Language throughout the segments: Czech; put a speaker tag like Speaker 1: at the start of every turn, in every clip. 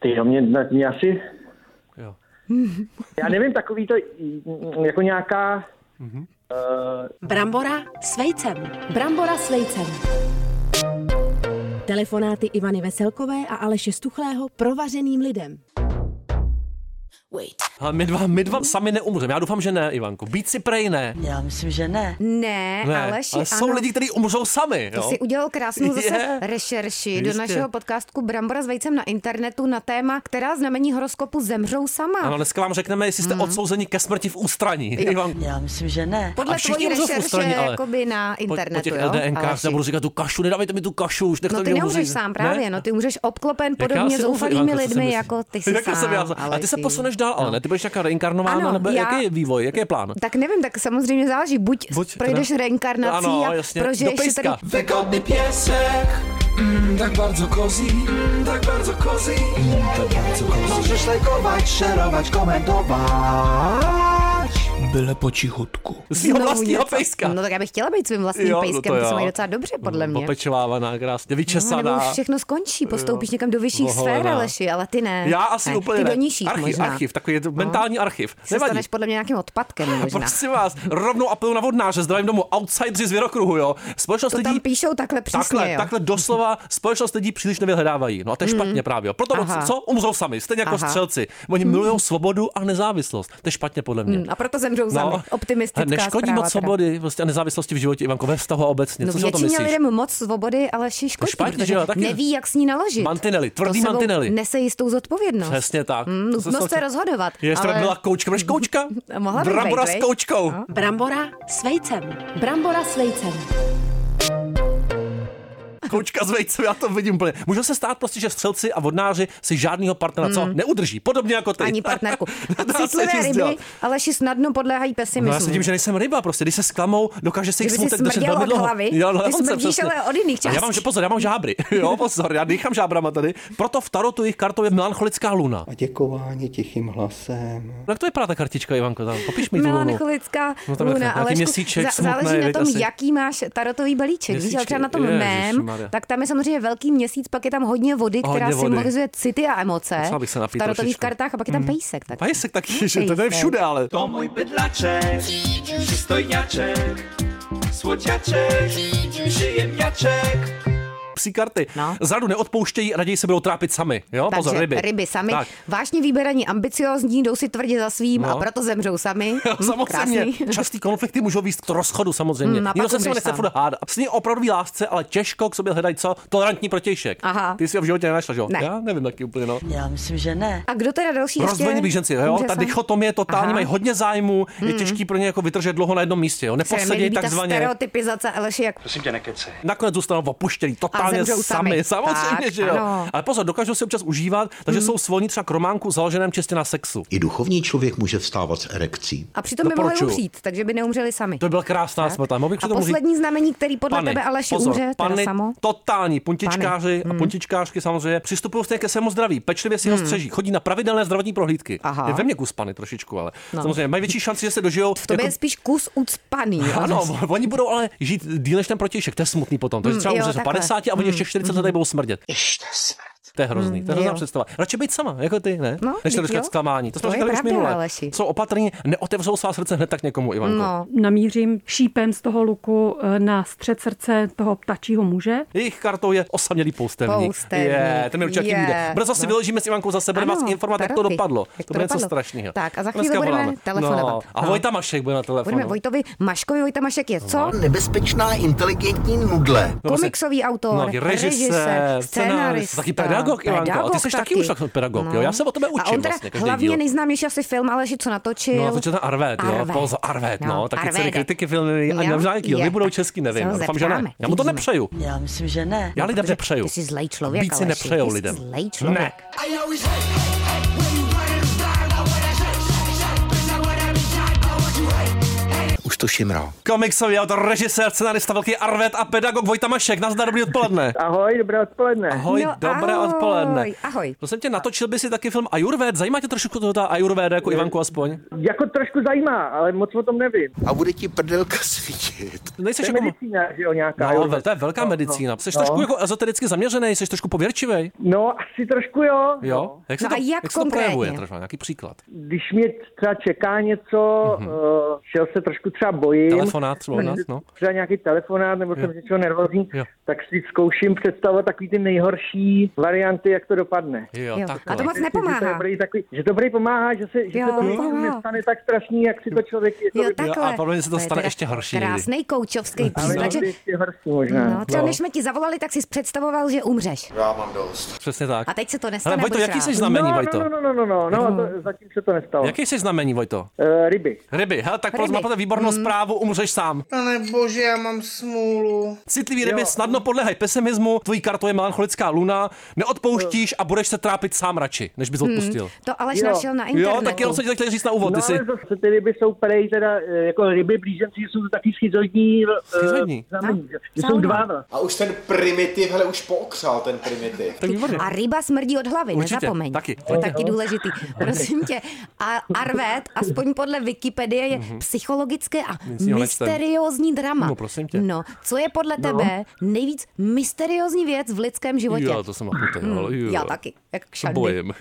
Speaker 1: Ty jo, mě, na- mě asi,
Speaker 2: Jo.
Speaker 1: já nevím, takový to, jako nějaká,
Speaker 3: Brambora s vejcem. Brambora s vejcem. Telefonáty Ivany Veselkové a Aleše Stuchlého provařeným lidem.
Speaker 2: Ale my dva, my dva sami neumřeme. Já doufám, že ne, Ivanko. Být si prej ne.
Speaker 4: Já myslím, že ne.
Speaker 5: Ne,
Speaker 2: ne.
Speaker 5: Aleši,
Speaker 2: ale jsou
Speaker 5: ano.
Speaker 2: lidi, kteří umřou sami.
Speaker 5: Ty
Speaker 2: jo?
Speaker 5: jsi udělal krásnou zase
Speaker 2: Je.
Speaker 5: rešerši do
Speaker 2: Jistě.
Speaker 5: našeho podcastku Brambora s vejcem na internetu na téma, která znamení horoskopu zemřou sama.
Speaker 2: Ano, dneska vám řekneme, jestli jste
Speaker 5: Mhm.
Speaker 2: odsouzeni ke smrti v ústraní. Ivanko.
Speaker 4: Já myslím, že ne.
Speaker 5: Podle
Speaker 2: A všichni
Speaker 5: tvojí
Speaker 2: umřou v
Speaker 5: rešerše
Speaker 2: ústraní, ale
Speaker 5: jakoby na internetu,
Speaker 2: po, po těch
Speaker 5: jo,
Speaker 2: LDNkách já
Speaker 5: Aleši?
Speaker 2: budu říkat tu kašu, nedávejte mi tu kašu, už nech
Speaker 5: No
Speaker 2: to
Speaker 5: ty
Speaker 2: mě
Speaker 5: neumřeš
Speaker 2: umřít.
Speaker 5: sám právě,
Speaker 2: Ne?
Speaker 5: no ty umřeš obklopen
Speaker 2: Jak já
Speaker 5: podobně
Speaker 2: si
Speaker 5: zoufalými
Speaker 2: umřu, Ivanko, co si
Speaker 5: lidmi,
Speaker 2: myslíš?
Speaker 5: jako ty jsi
Speaker 2: Jak já
Speaker 5: sám,
Speaker 2: jsem já sám. A ty se
Speaker 5: Aleši. No.
Speaker 2: posuneš dál, ale ne? Ty budeš nějaká reinkarnována,
Speaker 5: Ano,
Speaker 2: nebo
Speaker 5: já- No,
Speaker 2: jaký je vývoj, jaký je plán?
Speaker 5: Tak nevím, tak samozřejmě záleží, buď,
Speaker 2: Buď
Speaker 5: projdeš
Speaker 2: teda-
Speaker 5: reinkarnací
Speaker 2: Ano,
Speaker 5: a
Speaker 2: jasně, do
Speaker 5: prožiješ si tady
Speaker 2: pejska.
Speaker 6: Wygodny piesek, mm, tak bardzo kozi, mm, tak bardzo kozi, mm, tak bardzo kozi. Możesz lajkować, szerować, komentować, byle po cichutku.
Speaker 2: Svýho
Speaker 5: znovu
Speaker 2: vlastního
Speaker 5: něco.
Speaker 2: pejska.
Speaker 5: No tak já bych chtěla být svým vlastním
Speaker 2: Jo, no
Speaker 5: pejskem,
Speaker 2: to
Speaker 5: to, to se
Speaker 2: jo.
Speaker 5: mají docela dobře, podle mě.
Speaker 2: Popečovávaná, krásně,
Speaker 5: No, nebo
Speaker 2: vyčesaná.
Speaker 5: už všechno skončí, postoupíš někam do vyšších
Speaker 2: Oholená.
Speaker 5: sfér, Aleši, ale ty ne.
Speaker 2: Já asi
Speaker 5: ne.
Speaker 2: úplně
Speaker 5: Ty
Speaker 2: ne.
Speaker 5: do nižších
Speaker 2: archiv,
Speaker 5: možná.
Speaker 2: archiv, takový je to mentální archiv.
Speaker 5: Se
Speaker 2: Nevadí. Prostě-
Speaker 5: staneš podle mě nějakým odpadkem možná.
Speaker 2: Prosím vás, rovnou apeluju na vodnáře, zdravím domů, outsideri z Věrokruhu, jo. Společnost
Speaker 5: To
Speaker 2: lidí...
Speaker 5: tam píšou takhle přesně,
Speaker 2: takhle,
Speaker 5: jo. Mm.
Speaker 2: takhle doslova společnost lidí příliš nevyhledávají. No a to je špatně právě. jo. Proto
Speaker 5: Aha.
Speaker 2: co? Umřou sami, stejně jako
Speaker 5: Aha.
Speaker 2: střelci. Oni milují svobodu a nezávislost. To je špatně podle mě.
Speaker 5: Mm, a proto zemřou sami. Optimistická
Speaker 2: No. ale Neškodí
Speaker 5: zpráva
Speaker 2: moc
Speaker 5: teda.
Speaker 2: svobody prostě a nezávislosti v životě, Ivanko, ve vztahu a obecně.
Speaker 5: No
Speaker 2: Co si o tom
Speaker 5: většině
Speaker 2: myslíš?
Speaker 5: lidem moc svobody, ale škodí,
Speaker 2: špatně, že
Speaker 5: protože
Speaker 2: jo, taky-
Speaker 5: neví, jak s ní naložit.
Speaker 2: Mantinely, tvrdý
Speaker 5: To sebou
Speaker 2: mantinely.
Speaker 5: Nese jistou zodpovědnost.
Speaker 2: Přesně tak.
Speaker 5: Mm,
Speaker 2: To jsem
Speaker 5: nutnost se
Speaker 2: chtěl-
Speaker 5: rozhodovat.
Speaker 2: Jestli ale...
Speaker 5: ale...
Speaker 2: byla koučka, budeš koučka?
Speaker 5: Mohla bych No.
Speaker 2: Brambora
Speaker 5: být,
Speaker 2: s
Speaker 5: viď?
Speaker 2: koučkou.
Speaker 3: Brambora s vejcem. Brambora s vejcem.
Speaker 2: Koučka s vejcem, já to vidím úplně. Může se stát prostě, že střelci a vodnáři si žádného partnera co neudrží, podobně jako ty.
Speaker 5: Hmm. Ani partnerku. A
Speaker 2: Dá se nic
Speaker 5: citlivé ryby,
Speaker 2: dělat.
Speaker 5: Aleši, snadno podléhají
Speaker 2: No
Speaker 5: pesimismu.
Speaker 2: já se tím, že nejsem ryba, prostě, když se zklamou, dokáže se jich
Speaker 5: Že by si
Speaker 2: smutek držet
Speaker 5: smrděl
Speaker 2: velmi
Speaker 5: od
Speaker 2: dlouho.
Speaker 5: hlavy?
Speaker 2: Jo,
Speaker 5: Ty
Speaker 2: dokonce,
Speaker 5: smrdíš,
Speaker 2: přesně.
Speaker 5: ale od jiných
Speaker 2: A Já
Speaker 5: částí.
Speaker 2: mám, že pozor, já mám žábry, jo, pozor, já dýchám žábrama tady, proto v tarotu jejich kartou je melancholická luna. No,
Speaker 7: A děkování tichým hlasem.
Speaker 2: Jak to vypadá ta kartička, Ivanko, tam, popiš mi tu lunu.
Speaker 5: Melancholická
Speaker 2: No tam je
Speaker 5: luna,
Speaker 2: nějaký
Speaker 5: ale
Speaker 2: měsíček smutný,
Speaker 5: záleží na
Speaker 2: viď,
Speaker 5: tom,
Speaker 2: asi.
Speaker 5: jaký máš tarotový balíček. Víš, ale třeba na tom
Speaker 2: Měsíčky,
Speaker 5: mém,
Speaker 2: ježišmarja.
Speaker 5: tak tam je samozřejmě velký měsíc, pak je tam hodně vody,
Speaker 2: Hodně
Speaker 5: která
Speaker 2: vody.
Speaker 5: symbolizuje city a emoce
Speaker 2: Musela bych se
Speaker 5: v
Speaker 2: napít
Speaker 5: tarotových
Speaker 2: trošičku. Mhm.
Speaker 5: kartách a pak je tam pejsek. Tak.
Speaker 2: Pajsek taky, že to je všude, ale.
Speaker 5: No.
Speaker 6: To mój bydlaczek, przystojniaczek, słodziaczek, przyjemniaczek.
Speaker 2: psí karty. No.
Speaker 5: No.
Speaker 2: Zradu neodpouštějí, raději se budou trápit sami. Jo,
Speaker 5: Takže
Speaker 2: No, pozor, ryby.
Speaker 5: ryby sami,
Speaker 2: Tak.
Speaker 5: vážně vyberaní, ambiciozní, jdou si tvrdě za svým
Speaker 2: No.
Speaker 5: a proto zemřou sami. Hm,
Speaker 2: Samozřejmě,
Speaker 5: krásný.
Speaker 2: častý konflikty můžou víc k rozchodu samozřejmě.
Speaker 5: Mm, a
Speaker 2: Nikdo
Speaker 5: pak
Speaker 2: se s ním
Speaker 5: umřeš
Speaker 2: nechce
Speaker 5: sám.
Speaker 2: furt hádat. Sní o opravdový lásce, ale těžko k sobě hledají co? Tolerantní protějšek.
Speaker 5: Aha.
Speaker 2: Ty jsi ho v životě nenašla, že jo?
Speaker 5: Ne.
Speaker 2: Já nevím taky úplně, no.
Speaker 4: Já myslím, že ne.
Speaker 5: A kdo teda další ještě?
Speaker 2: Rozvojení bíženci, jo?
Speaker 5: Může
Speaker 2: Ta
Speaker 5: sám?
Speaker 2: dichotomie totální,
Speaker 5: Aha. Mm.
Speaker 2: mají hodně zájmu, je těžký pro ně jako vydržet dlouho na jednom místě, jo?
Speaker 5: Se mi
Speaker 2: Neposadí
Speaker 5: líbí ta
Speaker 2: takzvaně.
Speaker 5: stereotypizace, Aleši, jak
Speaker 2: Nakonec zůstanou opuštění, totálně
Speaker 5: zemřou
Speaker 2: sami.
Speaker 5: sami.
Speaker 2: Samozřejmě,
Speaker 5: Tak,
Speaker 2: že jo.
Speaker 5: ano. Mm.
Speaker 2: Ale pozor, dokážou si občas užívat, takže jsou svolní třeba k románku založeném čistě na sexu.
Speaker 8: I duchovní člověk může vstávat s erekcí.
Speaker 5: A přitom by mohli
Speaker 2: Doporučuju.
Speaker 5: umřít, takže by neumřeli sami.
Speaker 2: To byla krásná smrt. ale mohl bych
Speaker 5: A
Speaker 2: k tomu říct-
Speaker 5: poslední znamení, který podle tebe Aleši
Speaker 2: pozor,
Speaker 5: umře,
Speaker 2: pany,
Speaker 5: teda samo? hm.
Speaker 2: totální puntičkáři a puntičkářky samozřejmě přistupují stejně ke svému zdraví, pečlivě si ho střeží, chodí na pravidelné zdravotní prohlídky.
Speaker 5: Aha. No.
Speaker 2: Je ve mně kus pany trošičku, ale samozřejmě mají větší šanci, že se dožijou.
Speaker 5: V tobě je spíš kus ucpaný. jo?
Speaker 2: jako- ano, oni budou ale žít díl než ten protějšek, to je smutný potom. To je třeba
Speaker 5: Hm, jo,
Speaker 2: umře za
Speaker 5: takhle. Hm,
Speaker 2: 50 a oni ještě 40 let tady budou smrdět. Ještě smrt. To je hrozný, to je hrozná
Speaker 5: jo.
Speaker 2: představa. Radši být sama, jako ty, ne?
Speaker 5: No,
Speaker 2: než to
Speaker 5: vždyť
Speaker 2: dočkat
Speaker 5: jo.
Speaker 2: zklamání. To jsme
Speaker 5: To je
Speaker 2: říkali už
Speaker 5: pravda,
Speaker 2: minule.
Speaker 5: Aleši.
Speaker 2: Jsou opatrní, neotevřou svá srdce hned tak někomu, Ivanko.
Speaker 5: No,
Speaker 9: namířím šípem z toho luku eh, na střed srdce toho ptačího muže.
Speaker 2: Jejich kartou je osamělý poustevník.
Speaker 5: Poustevník.
Speaker 2: Je, ten mi určitě
Speaker 5: Je.
Speaker 2: vyjde. Brzo si
Speaker 5: No.
Speaker 2: vyložíme s Ivankou za sebe vás
Speaker 5: Ano,
Speaker 2: informovat, jak to
Speaker 5: taroty.
Speaker 2: dopadlo.
Speaker 5: Jak
Speaker 2: to
Speaker 5: to
Speaker 2: bude něco
Speaker 5: dopadlo.
Speaker 2: strašného.
Speaker 5: Tak a za chvíli
Speaker 2: Dneska
Speaker 5: budeme
Speaker 2: voláme.
Speaker 5: telefonovat.
Speaker 2: No. A
Speaker 5: No.
Speaker 2: Vojta Mašek bude na telefonu.
Speaker 5: budeme Vojtovi Maškovi, Vojta Mašek je co?
Speaker 2: No,
Speaker 8: Nebezpečná inteligentní nudle.
Speaker 2: prostě-
Speaker 5: Komiksový autor,
Speaker 2: No, režisér,
Speaker 5: režisér,
Speaker 2: scénarista,
Speaker 5: scénarista.
Speaker 2: taky pedagog, Ivanko. A ty jsi taky už tak pedagog, jo? Já se o tebe
Speaker 5: No. A
Speaker 2: učím
Speaker 5: on teda
Speaker 2: vlastně každý
Speaker 5: hlavně
Speaker 2: díl.
Speaker 5: nejznámější asi film, ale že co natočil.
Speaker 2: No, to je ten Arvet, jo, Pouze Arvet, no, taky celý
Speaker 5: Arvédek.
Speaker 2: kritiky filmy, a
Speaker 5: Jo,
Speaker 2: možná jaký, jo,
Speaker 5: je.
Speaker 2: nebudou český, nevím,
Speaker 5: Se
Speaker 2: no,
Speaker 5: ho
Speaker 2: doufám, že ne.
Speaker 5: zeptáme,
Speaker 2: Já mu to
Speaker 5: uvidíme.
Speaker 2: nepřeju,
Speaker 4: Já myslím, že ne.
Speaker 2: já lidem
Speaker 5: Protože
Speaker 2: nepřeju.
Speaker 5: Ty jsi zlej člověk,
Speaker 2: Víc si
Speaker 5: Aleši,
Speaker 2: nepřejou
Speaker 5: ty jsi
Speaker 2: lidem.
Speaker 5: zlej člověk.
Speaker 2: Ne.
Speaker 8: Už to to šimrá.
Speaker 2: Komiksový autor, režisér, scenarista, velký arvet a pedagog Vojta Mašek. Nazdar, dobrý odpoledne.
Speaker 1: Ahoj, dobré odpoledne.
Speaker 2: Ahoj,
Speaker 5: No,
Speaker 2: dobré
Speaker 5: ahoj,
Speaker 2: odpoledne.
Speaker 5: ahoj.
Speaker 2: Prosím No tě, natočil by si taky film Ajurved? Zajímá tě trošku to ta Ajurveda jako Ivanku aspoň?
Speaker 1: Jako trošku zajímá, ale moc o tom nevím.
Speaker 8: A bude ti prdelka svítit.
Speaker 2: Nejseš
Speaker 1: To je
Speaker 2: jako...
Speaker 1: medicína, že jo, nějaká.
Speaker 2: No,
Speaker 1: jo.
Speaker 2: ale to je velká medicína. Jsi trošku jako ezotericky zaměřený, jsi trošku pověrčivý.
Speaker 1: No, asi trošku jo.
Speaker 2: Jo? Jak
Speaker 5: No
Speaker 2: to,
Speaker 5: a jak
Speaker 2: jak se to projevuje?
Speaker 5: konkrétně?
Speaker 2: Trošku, nějaký příklad.
Speaker 1: Když mě třeba čeká něco, mm-hmm. uh, čeho se trošku třeba bojím.
Speaker 2: Mhm. Telefonát třeba od nás, no.
Speaker 1: Třeba nějaký telefonát, nebo jsem z něčeho nervózní,
Speaker 2: Jo.
Speaker 1: tak si zkouším představovat takový ty nejhorší varianty, jak to dopadne.
Speaker 2: Jo,
Speaker 5: Jo.
Speaker 2: takhle.
Speaker 5: A to moc
Speaker 1: Že to
Speaker 5: nepomáhá.
Speaker 1: dobrý, takový, že dobrý pomáhá, že se, že
Speaker 5: Jo,
Speaker 1: se to
Speaker 5: pomáhá.
Speaker 1: nestane tak strašný, jak si to člověk jako
Speaker 5: Jo,
Speaker 1: jo, tak...
Speaker 5: takhle.
Speaker 2: a podle mě se to
Speaker 5: je
Speaker 2: stane
Speaker 5: teda
Speaker 2: ještě horší někdy.
Speaker 5: Krásný koučovský
Speaker 1: Ale
Speaker 5: příklad, že...
Speaker 1: někdy ještě horší možná.
Speaker 5: No, třeba než jsme ti zavolali, tak jsi představoval, že umřeš.
Speaker 2: Přesně tak.
Speaker 5: A teď se to nestane,
Speaker 2: Ale Vojto,
Speaker 5: buď
Speaker 2: jaký
Speaker 5: rád.
Speaker 2: jsi znamení,
Speaker 1: no,
Speaker 2: Vojto?
Speaker 1: no, no, no, no, no, no, to, zatím se to nestalo.
Speaker 2: Jaký jsi znamení, Vojto?
Speaker 1: Uh, ryby.
Speaker 2: Ryby, hele, tak
Speaker 5: Ryby. Mm.
Speaker 2: prosím, máte výbornou zprávu, umřeš sám.
Speaker 10: Pane bože, já mám smůlu.
Speaker 2: Citlivý ryby snadno podléhají pesimismu, tvojí kartou je melancholická luna, neodpouštíš a budeš se trápit sám radši, než
Speaker 5: Hmm.
Speaker 2: bys odpustil.
Speaker 5: To Aleš
Speaker 1: Jo.
Speaker 5: našel na internetu.
Speaker 2: Jo, tak jenom jsem ti to chtěl říct na úvod,
Speaker 1: No,
Speaker 2: ty jsi...
Speaker 1: ale zase ty ryby jsou prej, teda eh, jako ryby blíženci jsou to taky schizodní, eh,
Speaker 2: Schizodní?
Speaker 1: znamení, že- že
Speaker 5: Sauna.
Speaker 1: jsou dva vlastně.
Speaker 10: A už ten primitiv, hele, už pookřál ten primitiv.
Speaker 2: Tak výborně.
Speaker 5: A ryba smrdí od hlavy,
Speaker 2: Určitě,
Speaker 5: nezapomeň.
Speaker 2: taky.
Speaker 5: To je taky důležitý. Prosím tě, a Arvet, aspoň podle Wikipedie, je
Speaker 2: Mhm.
Speaker 5: psychologické a
Speaker 2: ho nečtem.
Speaker 5: mysteriózní drama.
Speaker 2: No, prosím tě.
Speaker 5: No, co je podle tebe nejvíc mysteriózní věc v lidském životě? Hm,
Speaker 2: Jo, to jsem naputej, ale jo.
Speaker 5: Já taky, jak
Speaker 2: To
Speaker 5: šandy.
Speaker 2: bojím.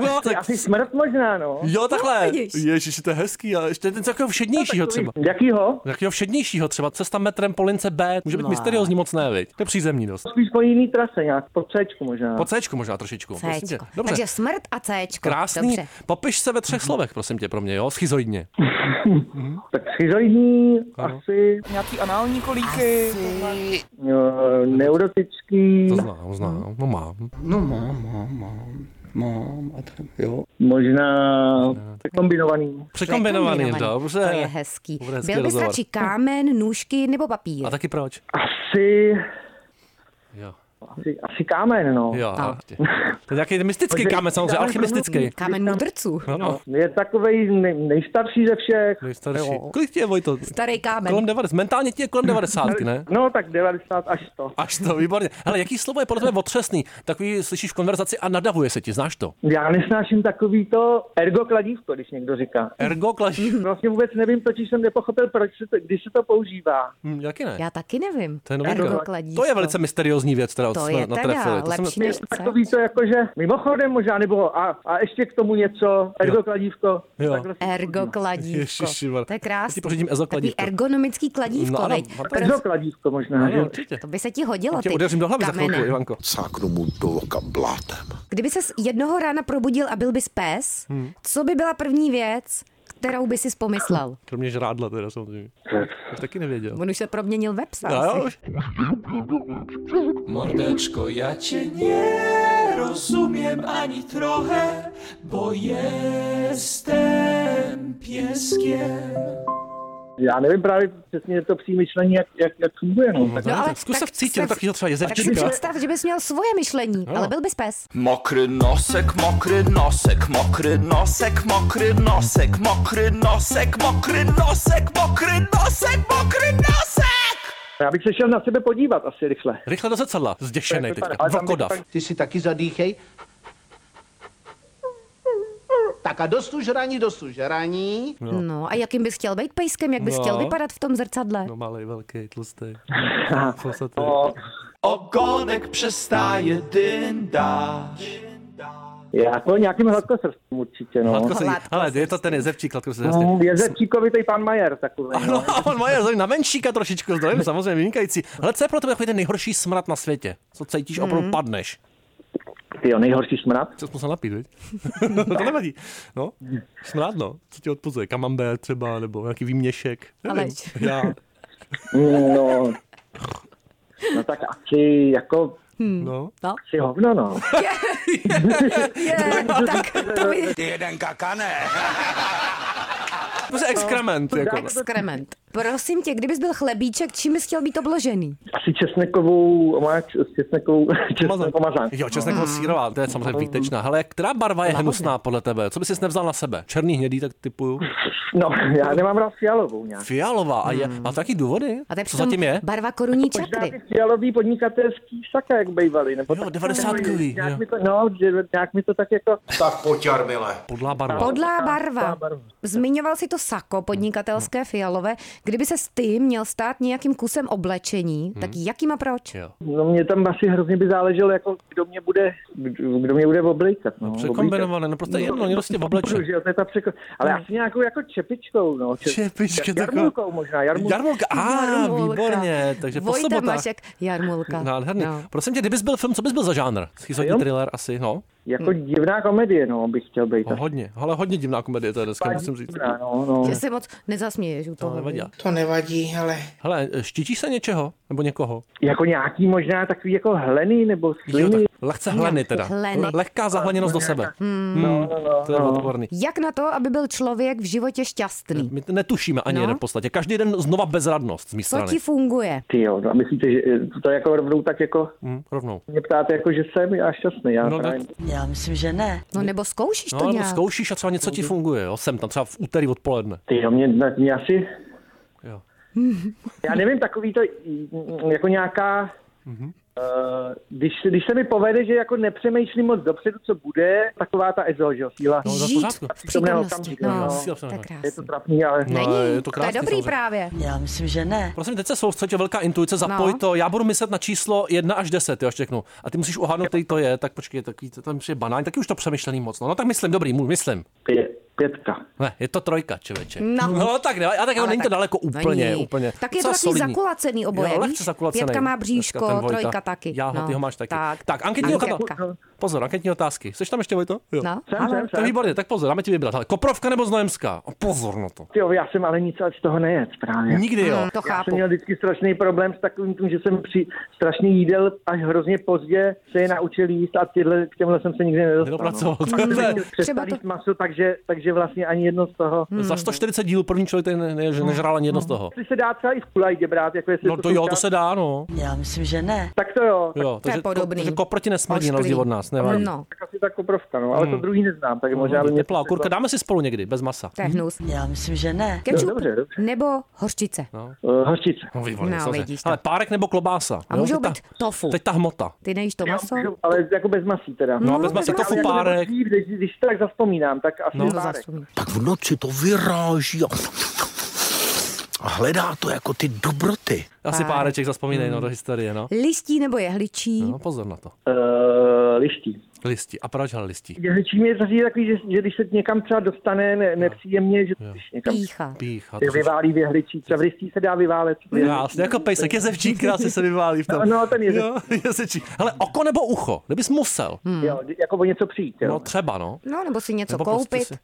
Speaker 2: no, tak,
Speaker 1: Asi smrt možná, no.
Speaker 2: jo, takhle.
Speaker 5: vidíš. No,
Speaker 2: Ježiš, to je hezký, ale ještě ten takového všednějšího třeba.
Speaker 1: Jakýho?
Speaker 2: Jakého všednějšího třeba, cesta metrem po lince B, může být
Speaker 5: No.
Speaker 2: mysteriózní moc ne, viď? To je přízemní dost.
Speaker 1: Spíš po jiný trase nějak, po Cčku možná.
Speaker 2: Po Cčku možná trošičku. prosím tě.
Speaker 5: Céčko.
Speaker 2: Dobře.
Speaker 5: Takže smrt a Céčko.
Speaker 2: Krásný.
Speaker 5: Dobře. Mhm.
Speaker 2: Popiš se ve třech slovech, prosím tě, pro mě, jo? Schizoidně.
Speaker 1: Tak schizoidní, asi,
Speaker 10: Nějaký anální kolíky.
Speaker 1: eh, neurotický,
Speaker 2: To znám, znám, no mám.
Speaker 7: No mám, mám, mám, mám a tak, jo.
Speaker 1: možná kombinovaný.
Speaker 2: Překombinovaný, dobře.
Speaker 5: To je hezký.
Speaker 2: Bude hezký
Speaker 5: Byl by
Speaker 2: rozhovor.
Speaker 5: stačí kámen, nůžky nebo papír.
Speaker 2: A taky proč?
Speaker 1: Asi,
Speaker 2: Jo.
Speaker 1: asi, asi kámen, no.
Speaker 2: Jo, tě. to je nějaký mystický kámen, samozřejmě, alchymistický.
Speaker 5: Kámen mudrců.
Speaker 2: No, no,
Speaker 1: Je takovej nej, nejstarší ze všech.
Speaker 2: nejstarší. Kolik ti je, Vojto?
Speaker 5: Starý kámen.
Speaker 2: Kolem 90. Mentálně ti je kolem 90, ne?
Speaker 1: No tak 90 až 100.
Speaker 2: Až to, výborně. Hele, jaký slovo je podle tebe otřesný? Takový slyšíš v konverzaci a nadavuje se ti, znáš to?
Speaker 1: Já nesnáším takový to ergo kladívko, když někdo říká.
Speaker 2: Ergo klaží.
Speaker 1: Vlastně vůbec nevím, totiž jsem nepochopil, proč se to, když se to používá.
Speaker 2: Hm, jaký ne?
Speaker 5: Já taky nevím.
Speaker 2: To je, novinka.
Speaker 5: Ergo kladívko.
Speaker 2: to je velice mysteriózní věc, která
Speaker 5: To
Speaker 2: jsme
Speaker 5: je
Speaker 2: natrefili.
Speaker 5: teda
Speaker 2: To jsem-
Speaker 5: lepší než
Speaker 1: Takový to jako, že mimochodem možná, nebo a, a ještě k tomu něco, ergo kladívko. vlastně- No,
Speaker 2: Jo.
Speaker 1: Takhle si-
Speaker 5: Ergo kladívko.
Speaker 2: Ježišimar.
Speaker 5: To je
Speaker 2: Já ti
Speaker 5: krásný.
Speaker 2: pořídím ezo
Speaker 5: Takový
Speaker 2: kladívko.
Speaker 5: ergonomický kladívko,
Speaker 2: No ano,
Speaker 5: veď? prostě-
Speaker 2: fantastický.
Speaker 1: Ergo kladívko možná, že?
Speaker 2: Ano, určitě.
Speaker 5: To by se ti hodilo,
Speaker 2: Tě
Speaker 5: ty
Speaker 2: udeřím do hlavy za
Speaker 5: kamene.
Speaker 2: chvilku, Ivanko.
Speaker 8: Cáknu mu do voka blátem.
Speaker 5: Kdyby ses jednoho rána probudil a byl bys pes,
Speaker 2: Hmm.
Speaker 5: co by byla první věc, kterou by si pomyslel?
Speaker 2: Kromě žrádla teda samozřejmě. Už taky nevěděl.
Speaker 5: On už se proměnil ve psa.
Speaker 2: A
Speaker 5: asi.
Speaker 2: jo, No, už.
Speaker 6: Mordečko, já tě nerozumím ani trochę, bo jestem pieskiem.
Speaker 1: Já nevím právě přesně to přímyšlení, jak, jak, jak funguje. No. Tak,
Speaker 5: No, ale
Speaker 2: Zkus se
Speaker 5: tak
Speaker 2: vcítit do takového třeba
Speaker 5: Tak si
Speaker 2: jezerčíka.
Speaker 5: představ, že bys měl svoje myšlení,
Speaker 2: No.
Speaker 5: ale byl bys pes.
Speaker 6: Mokry nosek, mokry nosek, mokry nosek, mokry nosek, mokry nosek, mokry nosek, mokry nosek, mokry nosek!
Speaker 1: já bych se šel na sebe podívat asi rychle.
Speaker 2: Rychle do zrcadla, zděšený teďka,
Speaker 1: Ale tam bych
Speaker 2: vlkodav.
Speaker 1: pak-
Speaker 10: Ty si taky zadýchej. Tak a do sužraní, do sužraní.
Speaker 5: No. no a jakým bys chtěl být pejskem, jak bys
Speaker 2: No.
Speaker 5: chtěl vypadat v tom zrcadle?
Speaker 2: No
Speaker 5: No.
Speaker 2: malej, velký, tlustý, fosatý.
Speaker 1: No,
Speaker 6: Ogonek přestaje dyndáš.
Speaker 1: Já to nějakým hladkosrstům určitě. No.
Speaker 2: Hladko Jako se,
Speaker 5: Hladko
Speaker 2: ale je to ten jezevčík, hladko se jasně.
Speaker 1: No, je ze Číkovitej pan Majer takový. No.
Speaker 2: No a pan Majer, zdravím na menšíka trošičku, zdravím, samozřejmě vynikající. Ale co je pro tebe takový ten nejhorší smrad na světě? Co cítíš, opravdu padneš?
Speaker 1: Ty jo, nejhorší smrad.
Speaker 2: Co jsi musel napít, viď? to nevadí. No, smrad, no. Co tě odpozuje? Kamambér třeba, nebo nějaký výměšek. Nevím.
Speaker 5: Ale-
Speaker 2: Já.
Speaker 1: No, no tak asi jako
Speaker 2: No.
Speaker 5: no.
Speaker 1: asi hovno, no.
Speaker 5: Je, tak to by...
Speaker 6: Ty jeden kakane.
Speaker 2: Prostě exkrement. Jako.
Speaker 5: Exkrement. Prosím tě, kdybys byl chlebíček, čím bys chtěl být obložený?
Speaker 1: Asi česnekovou, má č- česnekovou, česnekovou pomazán.
Speaker 2: Jo, česneková sírová, to je samozřejmě výtečná. Hele, která barva je hnusná podle tebe? Co bys jsi nevzal na sebe? Černý, hnědý, tak typuju.
Speaker 1: No, já nemám rád fialovou nějak.
Speaker 2: Fialová. A je, má to taky důvody?
Speaker 5: Hmm. A to je
Speaker 2: Co
Speaker 5: přitom
Speaker 2: zatím je?
Speaker 5: barva korunní
Speaker 1: Možná ty
Speaker 5: čakry.
Speaker 1: fialový podnikatelský saka, jak bývaly. Nebo
Speaker 2: Jo,
Speaker 1: tak-
Speaker 2: 90
Speaker 1: Nějak mi to, no, že- nějak mi to tak jako...
Speaker 2: No. Podlá barva.
Speaker 5: Podlá
Speaker 1: Podlá
Speaker 5: barva.
Speaker 1: barva.
Speaker 5: Zmiňoval si to sako,
Speaker 2: No.
Speaker 5: podnikatelské fialové. Kdyby se s tím měl stát nějakým kusem oblečení, tak jakým a proč?
Speaker 2: Hmm. Jo.
Speaker 1: No mě tam asi hrozně by záleželo, jako kdo mě bude, kdo mě bude oblíkat. No,
Speaker 2: Překombinované, no prostě jedno, někdo si obleče.
Speaker 1: Že jo, to je ta překo... Ale asi nějakou jako čepičkou, no. Čep...
Speaker 2: Hmm. Čepička
Speaker 1: jar-
Speaker 2: taková-
Speaker 1: Jarmulkou možná, jarmulkou.
Speaker 2: Jarmulka, a výborně, takže po
Speaker 5: Vojta
Speaker 2: sobotách.
Speaker 5: Mašek, Jarmulka.
Speaker 2: Nádherný.
Speaker 5: No.
Speaker 2: Prosím tě, kdybys byl film, co bys byl za žánr? Schizofrenní
Speaker 1: Jo.
Speaker 2: thriller asi, no.
Speaker 1: Jako divná komedie, no, bych chtěl být.
Speaker 2: no hodně, ale hodně divná komedie to je dneska, musím říct.
Speaker 1: Divná, no, no.
Speaker 5: Že se moc nezasměješ u
Speaker 2: To
Speaker 5: toho.
Speaker 2: nevadí.
Speaker 7: To nevadí, ale
Speaker 2: Hele, štítíš se něčeho? Nebo někoho?
Speaker 1: Jako nějaký možná takový jako hlený nebo
Speaker 2: Jo,
Speaker 1: sliny.
Speaker 2: tak lehce hleny teda.
Speaker 5: Hleny.
Speaker 2: Le- Lehká zahleněnost do sebe. Hmm, to je odporný.
Speaker 5: Jak na to, aby byl člověk v životě šťastný?
Speaker 2: My t- netušíme ani
Speaker 5: No.
Speaker 2: jeden v podstatě. Každý den znova bezradnost z mé
Speaker 5: Co
Speaker 2: strany.
Speaker 5: ti funguje?
Speaker 1: Ty jo, no a myslíte, že to je jako rovnou tak jako...
Speaker 2: Hm, rovnou.
Speaker 1: Mě ptáte jako, že jsem já šťastný. Já
Speaker 2: No,
Speaker 1: no,
Speaker 2: tak-
Speaker 4: Já myslím, že ne.
Speaker 5: No nebo zkoušíš
Speaker 2: No,
Speaker 5: to
Speaker 2: nebo
Speaker 5: nějak?
Speaker 2: zkoušíš a třeba něco ti funguje, jo? Jsem tam třeba v úterý odpoledne.
Speaker 1: Ty jo, mě, na- mě asi...
Speaker 2: Jo.
Speaker 1: Já nevím, takový to mm, jako nějaká...
Speaker 2: Mhm.
Speaker 1: Uh, když, když se mi povede, že jako nepřemýšlím moc dopředu, co bude, taková ta ezo, že jo, síla.
Speaker 2: No, za
Speaker 5: Žít
Speaker 2: pořádku.
Speaker 5: v přítomnosti.
Speaker 1: Přítomného
Speaker 5: No,
Speaker 1: okamžiku,
Speaker 2: no.
Speaker 5: to je
Speaker 1: Je to
Speaker 5: krásný.
Speaker 1: trapný, ale...
Speaker 2: No,
Speaker 5: Není,
Speaker 2: je to
Speaker 5: to,
Speaker 2: krásný,
Speaker 5: je dobrý
Speaker 2: samozřejmě.
Speaker 5: právě.
Speaker 4: Já myslím, že ne.
Speaker 2: Prosím, teď se soustředil, velká intuice, zapoj
Speaker 5: No.
Speaker 2: to. Já budu myslet na číslo 1 až 10, jo, až řeknu. A ty musíš uhádnout, který to je, tak počkej, takový, to tam je banán, taky už to přemýšlený moc. No, no tak myslím, dobrý, můj, myslím.
Speaker 1: Pě- pětka.
Speaker 2: Ne, je to trojka, člověče.
Speaker 5: No.
Speaker 2: no tak ne, a tak jo,
Speaker 5: Ale
Speaker 2: není to
Speaker 5: tak-
Speaker 2: daleko úplně,
Speaker 5: není.
Speaker 2: úplně.
Speaker 5: Tak je to
Speaker 2: Docela
Speaker 5: takový
Speaker 2: solidní.
Speaker 5: zakulacený oboje,
Speaker 2: Jo, lehce
Speaker 5: víš?
Speaker 2: zakulacený.
Speaker 5: Pětka má
Speaker 2: Dneska
Speaker 5: bříško,
Speaker 2: ten Vojta.
Speaker 5: trojka taky.
Speaker 2: Já, no.
Speaker 5: No.
Speaker 2: ty ho máš taky. Tak,
Speaker 5: Tak.
Speaker 2: tak anketní
Speaker 5: Anketka.
Speaker 2: otázka. Pozor, anketní otázky. Jsi tam ještě, Vojto? Jo.
Speaker 5: No,
Speaker 1: Jsem, jsem,
Speaker 5: ale
Speaker 2: To je
Speaker 1: jsem.
Speaker 2: výborně, tak pozor, dáme ti vybrat. Ale Koprovka nebo Znojemská? O, pozor na to.
Speaker 1: Ty Jo, já jsem ale nic z toho nejet právě.
Speaker 2: Nikdy jo.
Speaker 5: hm, to
Speaker 1: Já jsem
Speaker 5: chápu.
Speaker 1: měl vždycky strašný problém s takovým tím, že jsem při strašný jídel až hrozně pozdě se je naučil jíst a tyhle, k těmhle jsem se nikdy nedostal.
Speaker 2: Nedopracoval.
Speaker 5: Mm.
Speaker 2: To je-
Speaker 1: Přestal
Speaker 5: Třeba
Speaker 1: jíst
Speaker 5: to-
Speaker 1: maso, takže, takže vlastně ani jedno z toho.
Speaker 2: Za 140 dílů první člověk tady ne, ne, že nežral ani jedno z toho.
Speaker 1: Jestli se dá třeba i v kulajdě brát, jako jestli
Speaker 2: No to jo, to se dá, no.
Speaker 4: Já myslím, že ne.
Speaker 1: Tak to jo, tak,
Speaker 2: Jo,
Speaker 5: To je
Speaker 2: takže,
Speaker 5: podobný.
Speaker 2: takže koproti nesmrdí na rozdíl od nás, nevadí.
Speaker 5: No,
Speaker 1: tak asi ta koprovka, no,
Speaker 2: Hmm.
Speaker 1: ale to druhý neznám, tak možná by mě...
Speaker 2: Teplá kurka, dáme si spolu někdy, bez masa.
Speaker 5: to je hnus.
Speaker 4: Já myslím, že ne.
Speaker 5: Kečup
Speaker 1: No, dobře, dobře.
Speaker 5: nebo hořčice.
Speaker 1: Uh, hořčice.
Speaker 2: No, výborně,
Speaker 5: No,
Speaker 2: samozřejmě.
Speaker 5: vidíš to.
Speaker 2: Ale párek nebo klobása.
Speaker 5: A
Speaker 2: jo,
Speaker 5: můžou
Speaker 2: teď ta-
Speaker 5: být tofu.
Speaker 2: Teď ta hmota.
Speaker 5: Ty nejíš to maso?
Speaker 1: Jo, Ale jako bez masí teda.
Speaker 2: No, bez masy tofu
Speaker 1: jako
Speaker 2: párek.
Speaker 1: Dřív, když, když tak zaspomínám, tak asi
Speaker 2: No.
Speaker 1: no,
Speaker 5: To
Speaker 1: párek.
Speaker 5: zasumí.
Speaker 8: Tak v noci to vyráží a, a hledá to jako ty dobroty.
Speaker 2: Asi páreček, zaspomínej, no, do historie, no.
Speaker 5: Listí nebo jehličí?
Speaker 2: No, pozor na to.
Speaker 1: Uh, liští.
Speaker 2: Listi. A proč hele listí?
Speaker 1: Jehličí mi je zase takový, že, že, když se někam třeba dostane ne, nepříjemně, že když někam
Speaker 5: Pícha.
Speaker 2: Pícha.
Speaker 1: se
Speaker 2: to-
Speaker 1: vyválí v jehličí, třeba v listí se dá vyválet.
Speaker 2: Krásně, jako pejsek, jezevčík krásně se vyválí v tom.
Speaker 1: No, no, ten jezevčík.
Speaker 2: Jo, jezevčík. Hele, oko nebo ucho, kdybys musel.
Speaker 1: Jo, jako o něco přijít, jo.
Speaker 2: No třeba, no.
Speaker 5: No, nebo si něco
Speaker 2: Nebo prostě
Speaker 5: koupit.
Speaker 2: si-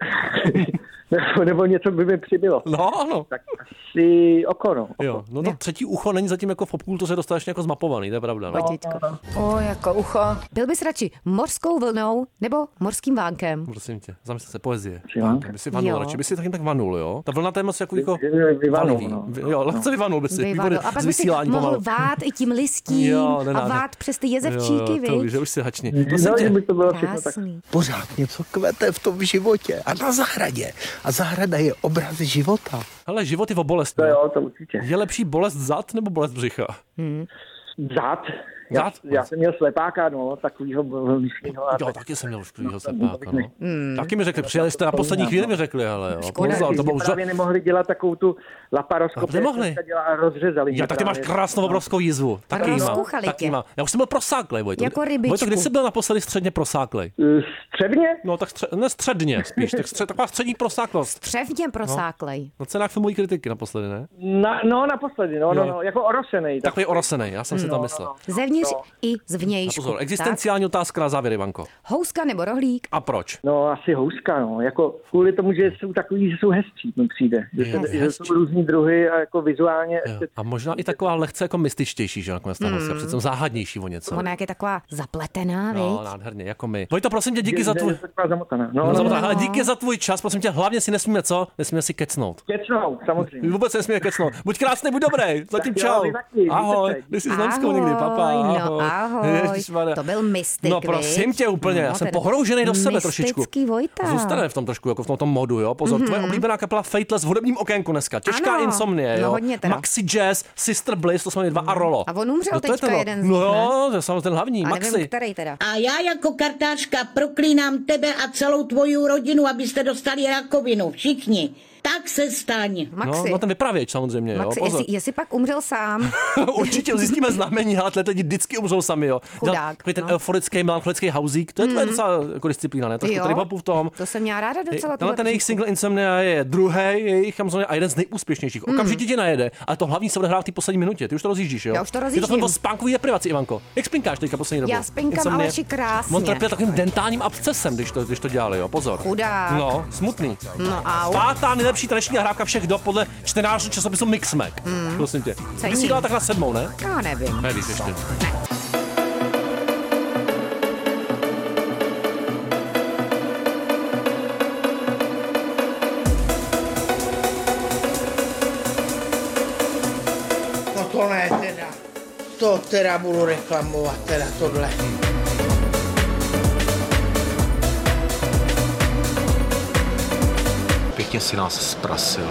Speaker 1: Nebo, nebo něco by mi přibylo.
Speaker 2: No, ano.
Speaker 1: Tak asi oko, no.
Speaker 2: Jo, no to třetí ucho není zatím jako v popkultuře dostatečně jako zmapovaný, to je pravda. No.
Speaker 5: Patičko. O, jako ucho. Byl bys radši mořskou vlnou nebo morským vánkem?
Speaker 2: Prosím tě, zamysli se, poezie.
Speaker 1: Jo.
Speaker 2: Vánkem By si vanul,
Speaker 5: Jo.
Speaker 2: radši by si taky tak vanul, jo? Ta vlna to je moc jako, jako
Speaker 1: Že by vyvanul,
Speaker 2: valivý.
Speaker 1: no.
Speaker 2: Vy- Jo, lehce vyvanul by si,
Speaker 5: Vyvadl.
Speaker 2: výborně,
Speaker 5: A pak
Speaker 2: z
Speaker 5: by si
Speaker 2: vysílání
Speaker 5: mohl
Speaker 2: pomalu.
Speaker 5: vát i tím listím a
Speaker 2: nenávidím.
Speaker 5: vát přes ty
Speaker 2: Jo,
Speaker 5: jezevčíky,
Speaker 2: jo, to
Speaker 5: viď?
Speaker 2: víš, že už si hační.
Speaker 1: No, že by to bylo všechno tak.
Speaker 5: Krásný.
Speaker 8: Pořád něco kvete v tom životě a na zahradě. A zahrada je obraz života.
Speaker 2: Ale život je o bolest.
Speaker 1: To
Speaker 2: no.
Speaker 1: jo, to určitě.
Speaker 2: Je lepší bolest zad nebo bolest břicha?
Speaker 1: Zad. Já,
Speaker 2: Zad?
Speaker 1: já jsem měl slepáka, no, takovýho vlíšního.
Speaker 2: Jo, taky jsem měl šklýho sepáka, no. Taky mi řekli, přijeli jste na poslední chvíli, mi řekli, hele, jo. Pozor, to bylo už...
Speaker 1: právě nemohli dělat takovou tu
Speaker 2: A
Speaker 1: laparoskopii.
Speaker 2: nemohli.
Speaker 1: jak se dělá A rozřezali. mě
Speaker 2: Já, tak ty máš
Speaker 1: právě.
Speaker 2: krásnou obrovskou jízvu. Taky ji mám.
Speaker 5: rozkuchali
Speaker 2: Taky
Speaker 5: tě.
Speaker 2: mám. Já už jsem byl prosáklej, Vojto.
Speaker 5: Jako rybičku.
Speaker 2: Vojto, kdy jsi byl naposledy středně prosáklej?
Speaker 1: Eh, Střevně?
Speaker 2: No tak stře- ne středně spíš, tak stře- taková střední prosáklost.
Speaker 5: Převně prosáklej.
Speaker 2: Na cenách filmové kritiky naposledy, ne?
Speaker 1: Na, no, naposledy, no, no,
Speaker 2: Jo.
Speaker 1: no, jako orosenej. Tak.
Speaker 2: Takový orosený, já jsem si tam myslel.
Speaker 5: Zevnitř zevnitř i
Speaker 2: A
Speaker 5: zvnějšku.
Speaker 2: pozor, existenciální otázka na závěr, Ivanko.
Speaker 5: Tak? Houska nebo rohlík?
Speaker 2: A proč?
Speaker 1: No asi houska, no. Jako kvůli tomu, že jsou takový, že jsou hezčí, mi přijde. Že,
Speaker 2: Jo,
Speaker 1: se, že
Speaker 2: hezčí.
Speaker 1: jsou různý druhy a jako vizuálně.
Speaker 2: Jo. A možná i taková lehce jako mystičtější, že nakonec ta houska, přece záhadnější o něco.
Speaker 5: Hmm. Ona jak je taková zapletená,
Speaker 2: No,
Speaker 5: no,
Speaker 2: nádherně, jako my. Vojto, prosím tě, díky za tvůj...
Speaker 1: Taková zamotaná. No,
Speaker 2: No,
Speaker 1: no, no.
Speaker 2: no, díky za tvůj čas, prosím tě, hlavně si nesmíme co? Nesmíme si kecnout.
Speaker 1: Kecnou,
Speaker 2: My
Speaker 1: samozřejmě.
Speaker 2: Vůbec se nesmíme kecnout. Buď krásný, buď dobrý. Zatím
Speaker 1: Tak jo,
Speaker 2: čau.
Speaker 1: vy taky, mějte
Speaker 2: Ahoj.
Speaker 1: se.
Speaker 2: Když jsi s Lemskou někdy, papa.
Speaker 5: Ahoj,
Speaker 2: Ahoj.
Speaker 5: no, ahoj.
Speaker 2: Ježišmarja.
Speaker 5: To byl mystik,
Speaker 2: No prosím
Speaker 5: viď?
Speaker 2: tě úplně, já
Speaker 5: No,
Speaker 2: jsem
Speaker 5: ten
Speaker 2: pohroužený do sebe trošičku.
Speaker 5: mystický Vojta.
Speaker 2: Zůstane v tom trošku, jako v tom, tom modu, jo. Pozor, tvoje oblíbená kapela Fateless v hudebním okénku dneska. Těžká
Speaker 5: Ano.
Speaker 2: insomnie,
Speaker 5: No,
Speaker 2: jo.
Speaker 5: hodně teda.
Speaker 2: Maxi Jazz, Sister Bliss, to jsou oni dva a Rolo.
Speaker 5: A on umřel
Speaker 2: No, to je
Speaker 5: teďka
Speaker 2: ten-
Speaker 5: jeden z
Speaker 2: No
Speaker 5: nich,
Speaker 2: jo, to je samozřejmě ten hlavní,
Speaker 5: A nevím,
Speaker 2: Maxi.
Speaker 5: který teda.
Speaker 11: A já jako kartářka proklínám tebe a celou tvoji rodinu, abyste dostali rakovinu. Všichni. Tak se staň.
Speaker 2: No,
Speaker 5: Maxi.
Speaker 2: no, ten vypravěč samozřejmě, jo.
Speaker 5: Maxi,
Speaker 2: Pozor.
Speaker 5: jestli, jestli pak umřel sám.
Speaker 2: Určitě zjistíme znamení, ale tyhle lidi vždycky umřou sami, jo.
Speaker 5: Chudák,
Speaker 2: Dělat Takový ten
Speaker 5: no. Mhm.
Speaker 2: euforický, melancholický hauzík, to je tvoje docela jako disciplína, ne? Trošku
Speaker 5: Jo.
Speaker 2: tady v tom.
Speaker 5: To jsem měla ráda docela.
Speaker 2: Tenhle
Speaker 5: tuhle
Speaker 2: no, ten jejich
Speaker 5: písničku.
Speaker 2: single Insomnia je druhý jejich samozřejmě a jeden z nejúspěšnějších.
Speaker 5: Hmm.
Speaker 2: Okamžitě tě najede, ale to hlavní se odehrává v té poslední minutě. Ty už to rozjíždíš, jo?
Speaker 5: Já už to
Speaker 2: Ty to
Speaker 5: rozjíždím.
Speaker 2: bylo spánkový deprivaci, Ivanko. Jak spinkáš teďka poslední dobu?
Speaker 5: Já spinkám,
Speaker 2: Insomnia.
Speaker 5: Aleši, krásně.
Speaker 2: On trpěl takovým dentálním abscesem, když to, když to dělali, jo? Pozor.
Speaker 5: Chudák.
Speaker 2: No, smutný.
Speaker 5: No au.
Speaker 2: Pátá nejlepší taneční nahrávka všech dob podle čtenářů časopisu Mixmek.
Speaker 5: Hmm.
Speaker 2: Prosím tě. Ty jsi
Speaker 5: Cením.
Speaker 2: dělala tak na sedmou, ne?
Speaker 5: Já nevím.
Speaker 2: Nevíš ještě.
Speaker 11: No to ne teda. To teda budu reklamovat, teda tohle.
Speaker 8: Pěkně si nás zprasil.